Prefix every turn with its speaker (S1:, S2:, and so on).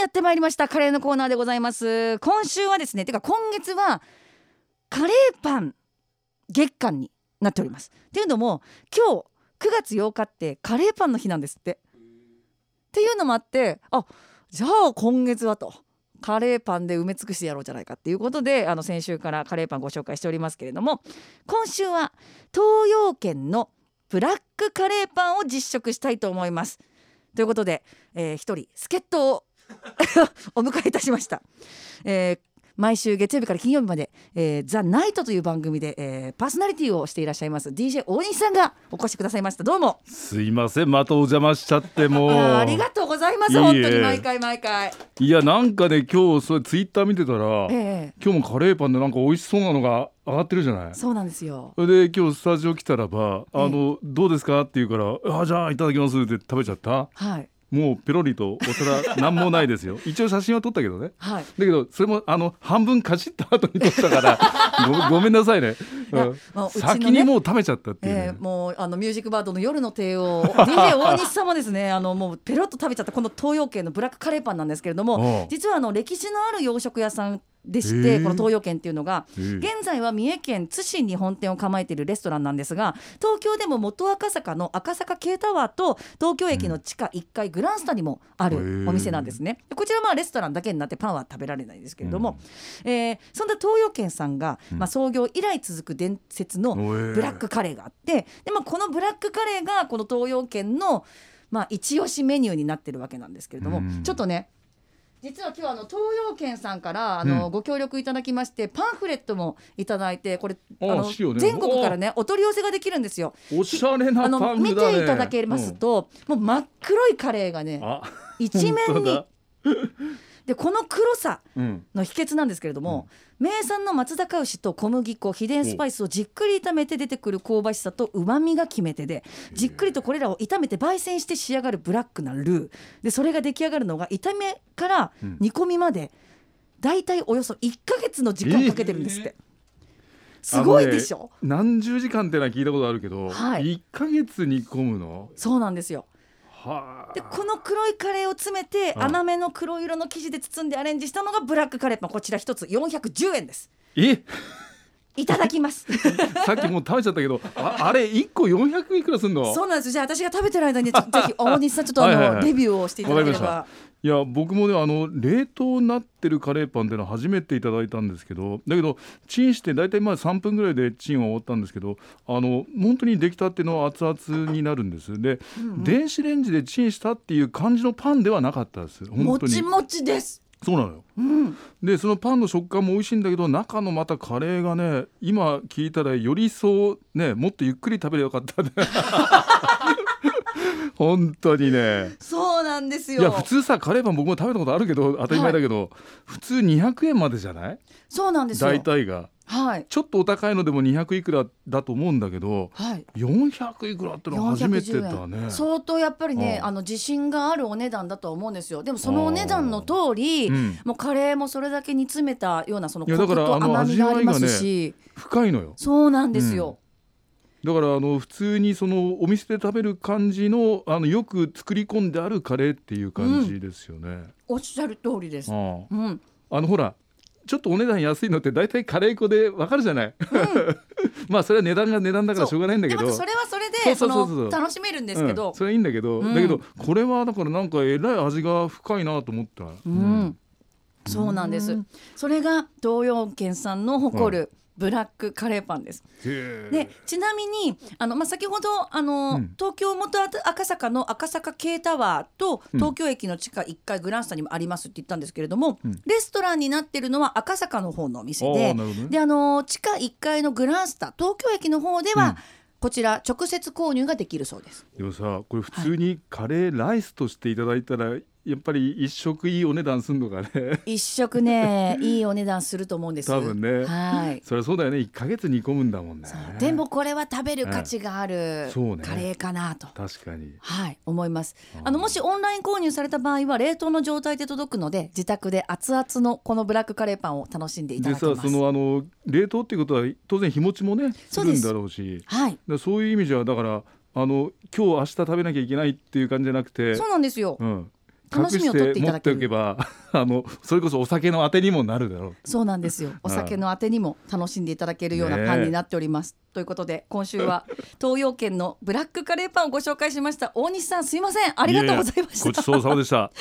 S1: やってまいりましたカレーのコーナーでございます今週はですねてか今月はカレーパン月間になっておりますっていうのも今日9月8日ってカレーパンの日なんですってっていうのもあってあじゃあ今月はとカレーパンで埋め尽くしてやろうじゃないかっていうことであの先週からカレーパンご紹介しておりますけれども今週は東洋圏のブラックカレーパンを実食したいと思います。ということで、えー一人助っ人を お迎えいたしました。えー毎週月曜日から金曜日まで「えーザ・ナイト」という番組で、えーパーソナリティをしていらっしゃいます DJ 大西さんがお越しくださいましたどうも
S2: すいませんまたお邪魔しちゃってもう
S1: あーありがとうございます
S2: いえいえ
S1: 本当に毎回毎回、
S2: いやなんかね今日それツイッター見てたら、
S1: え
S2: 今日もカレーパンでなんか美味しそうなのが上がってるじゃない
S1: ーそうなんですよ
S2: それで今日スタジオ来たらば「あのどうですか?」って言うから「あじゃあいただきます」って食べちゃった
S1: はい
S2: もうペロリとお皿なんもないで すよ一応写真は撮ったけどね
S1: はい
S2: だけどそれもあの半分かじった後に撮ったから ごごめんなさいね、う
S1: い
S2: ん
S1: やまあうちのね
S2: 先にもう食べちゃったっていうね、
S1: えーもうあのミュージックバードの夜の帝王 DJ 大西様ですねあのもうペロッと食べちゃったこの東洋圏のブラックカレーパンなんですけれど
S2: う
S1: も
S2: ん
S1: 実はあの歴史のある洋食屋さんでし
S2: へ
S1: て
S2: ー
S1: この東洋圏っていうのが
S2: えー
S1: 現在は三重県津市に本店を構えているレストランなんですが東京でも元赤坂の赤坂 K タワーと東京駅の地下1階グランスタにもあるお店なんですね。こちらはまあレストランだけになってパンは食べられないんですけれども、えーそんな東洋圏さんが、まあ、創業以来続く伝説の
S2: うん
S1: ブラックカレーがあってで、まあ、このブラックカレーがこの東洋圏の、まあ、一押しメニューになってるわけなんですけれども、
S2: うん
S1: ちょっとね実は今日はあの東洋圏さんからあの、
S2: うん
S1: ご協力いただきましてパンフレットもいただいてこれあ
S2: あ
S1: の、
S2: 資料ね
S1: 全国からねお取り寄せができるんですよ。
S2: おしゃれ
S1: あ
S2: なパ
S1: の
S2: ン
S1: 見
S2: フだね
S1: ていただけますと、もう真っ黒いカレーが
S2: うん
S1: ね
S2: あ
S1: 一面
S2: 本当
S1: に
S2: だ
S1: でこの黒さ
S2: うん
S1: の秘訣なんですけれども、名産の松阪牛と小麦粉秘伝スパイスをじっくり炒めて出てくる香ばしさと旨味が決め手でじっくりとこれらを炒めて焙煎して仕上がるブラックなルーでそれが出来上がるのが炒めから
S2: うん
S1: 煮込みまでだいたいおよそ1ヶ月の時間をかけてるんですって、すごいでしょ、
S2: あのね何十時間ってのは聞いたことあるけど、
S1: はい
S2: 1ヶ月煮込むの
S1: そうなんですよ
S2: はあ
S1: でこの黒いカレーを詰めて
S2: うん
S1: 穴目の黒色の生地で包んでアレンジしたのがブラックカレーパンこちら一つ410円です
S2: え
S1: いただきます
S2: さっきもう食べちゃったけどああれ1個400いくらすんの
S1: そうなんですよじゃあ私が食べてる間にぜ ひ大西さんちょっとあ
S2: はいはいは
S1: の
S2: い
S1: レビューをしていただけれ
S2: わ
S1: ば
S2: いや僕もねあの冷凍になってるカレーパンっていうのは初めていただいたんですけどだけどチンして大体まあ3分ぐらいでチンは終わったんですけどあの本当に出来たての熱々になるんですで、電子レンジでチンしたっていう感じのパンではなかったです
S1: も
S2: 本当に
S1: ちもちです
S2: そうなのよ
S1: うん
S2: でそのパンの食感も美味しいんだけど中のまたカレーがね今聞いたらより一層ねもっとゆっくり食べればよかったね 本当にね
S1: そうなんです
S2: い
S1: よ
S2: や普通さカレーパン僕も食べたことあるけど当たり前だけど、普通200円までじゃない
S1: そうなんですよ
S2: 大体が
S1: はい
S2: ちょっとお高いのでも200いくらだと思うんだけど
S1: はい
S2: 400いくらってのは初めてだ
S1: 410
S2: ね
S1: 円相当やっぱりね
S2: うん
S1: あの自信があるお値段だとは思うんですよでもそのお値段の通り
S2: うん
S1: もうカレーもそれだけ煮詰めたようなその
S2: い
S1: コ
S2: や
S1: ク
S2: だから
S1: と
S2: あの
S1: 甘みがあります
S2: 味
S1: し
S2: 深いのよ
S1: そうなんですよ
S2: だからあの普通にそのお店で食べる感じのあのよく作り込んであるカレーっていう感じですよね。
S1: おっしゃる通りです
S2: あ
S1: うん
S2: ああのほらちょっとお値段安いのって大体カレー粉でわかるじゃない。 まあそれは値段が値段だからしょうがないんだ
S1: で
S2: け
S1: ま
S2: ど。
S1: たそれはそれ
S2: そ
S1: で
S2: う
S1: そ
S2: そうそうそう
S1: の楽しめるんですけ
S2: う
S1: ど
S2: んそれはいいんだけど、
S1: うん
S2: だけどこれはだからなんかえらい味が深いなと思った。
S1: う
S2: うん
S1: ん、そうなんです。それが東洋圏産の誇る、ブラックカレーパンです。
S2: へえ
S1: で、ちなみに、あの、まあ、先ほど、あの、
S2: うん
S1: 東京元赤坂の赤坂 K タワーと。東京駅の地下1階グランスタにもありますって言ったんですけれども、
S2: うん
S1: レストランになってるのは赤坂の方のお店
S2: あ
S1: で
S2: あ。なるほどね
S1: で、あの、地下1階のグランスタ、東京駅の方では、
S2: うん
S1: こちら直接購入ができるそうです。
S2: でもさこれ普通にカレーライスとしていただいたらやっぱり一食いいお値段すんのかね。
S1: 一食 ね、いいお値段すると思うんです。
S2: 多分ね
S1: はい。
S2: そりゃそうだよね1ヶ月煮込むんだもんね
S1: そうでもこれは食べる価値がある
S2: んそうね
S1: カレーかなと。
S2: 確かに
S1: はい思います
S2: あー
S1: あのもしオンライン購入された場合は冷凍の状態で届くので自宅で熱々のこのブラックカレーパンを楽しんでいた
S2: で
S1: だけ
S2: さ
S1: ます
S2: そのあの冷凍っていうことは当然日持ちもねす
S1: そう
S2: る
S1: です
S2: んだろうし
S1: はい
S2: でそういう意味じゃだからあの今日明日食べなきゃいけないっていう感じじゃなくて
S1: そうなんですよ
S2: うん
S1: 楽しみを取っていただけ
S2: 隠して持っておけ
S1: る
S2: ば あのそれこそお酒のあてにもなるだろう
S1: そうなんですよお酒のあてにも楽しんでいただけるようなパンになっております、ということで今週は東洋圏のブラックカレーパンをご紹介しました大西さんすいませんあ
S2: あ
S1: りがとうございました
S2: ごちそうさまでした